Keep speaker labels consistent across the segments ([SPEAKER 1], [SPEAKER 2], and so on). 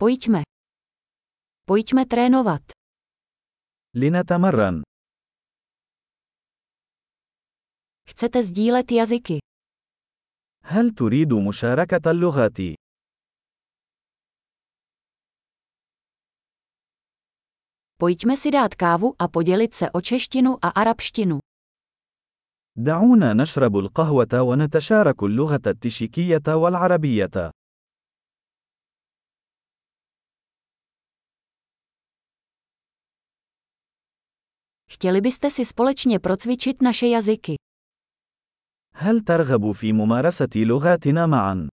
[SPEAKER 1] Pojďme. Pojďme trénovat.
[SPEAKER 2] لنتمرن.
[SPEAKER 1] Chcete sdílet jazyky.
[SPEAKER 2] هل تريد مشاركة اللغات؟
[SPEAKER 1] Pojďme si dát kávu a podělit se o češtinu a arabštinu.
[SPEAKER 2] دعونا نشرب القهوة ونتشارك اللغة التشيكية والعربية.
[SPEAKER 1] Chtěli byste si společně procvičit naše jazyky.
[SPEAKER 2] هل ترغب في ممارسة لغاتنا معا؟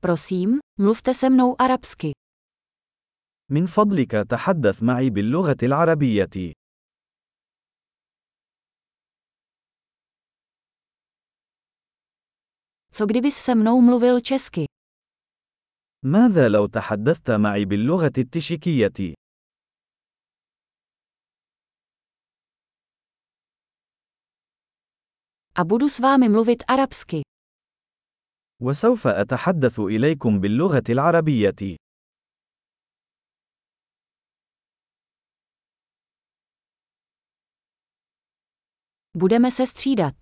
[SPEAKER 1] Prosím, mluvte se mnou arabsky.
[SPEAKER 2] من فضلك تحدث معي باللغة العربية.
[SPEAKER 1] Co kdybys se mnou mluvil česky?
[SPEAKER 2] ماذا لو تحدثت معي باللغة التشيكية؟
[SPEAKER 1] A budu s vámi mluvit arabsky.
[SPEAKER 2] وسوف أتحدث إليكم باللغة العربية.
[SPEAKER 1] Budeme se střídat.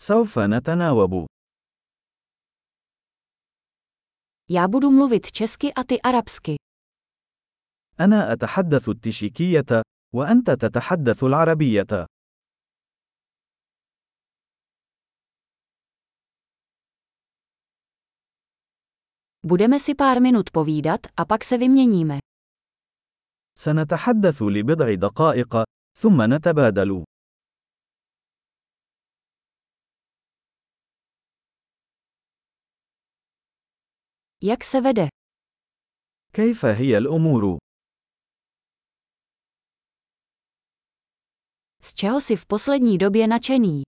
[SPEAKER 2] سوف نتناوب.
[SPEAKER 1] Já budu mluvit česky a ty arabsky.
[SPEAKER 2] أنا أتحدث التشيكية، وأنت تتحدث العربية.
[SPEAKER 1] Budeme si pár minut povídat a pak se vyměníme.
[SPEAKER 2] سنتحدث لبضع دقائق، ثم نتبادل.
[SPEAKER 1] Jak se vede?
[SPEAKER 2] كيف هي الأمور؟
[SPEAKER 1] Z čeho jsi v poslední době nadšený?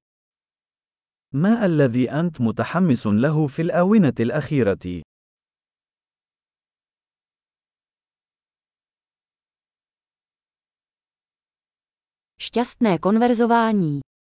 [SPEAKER 2] ما الذي أنت متحمس له في الآونة الأخيرة؟
[SPEAKER 1] Šťastné konverzování.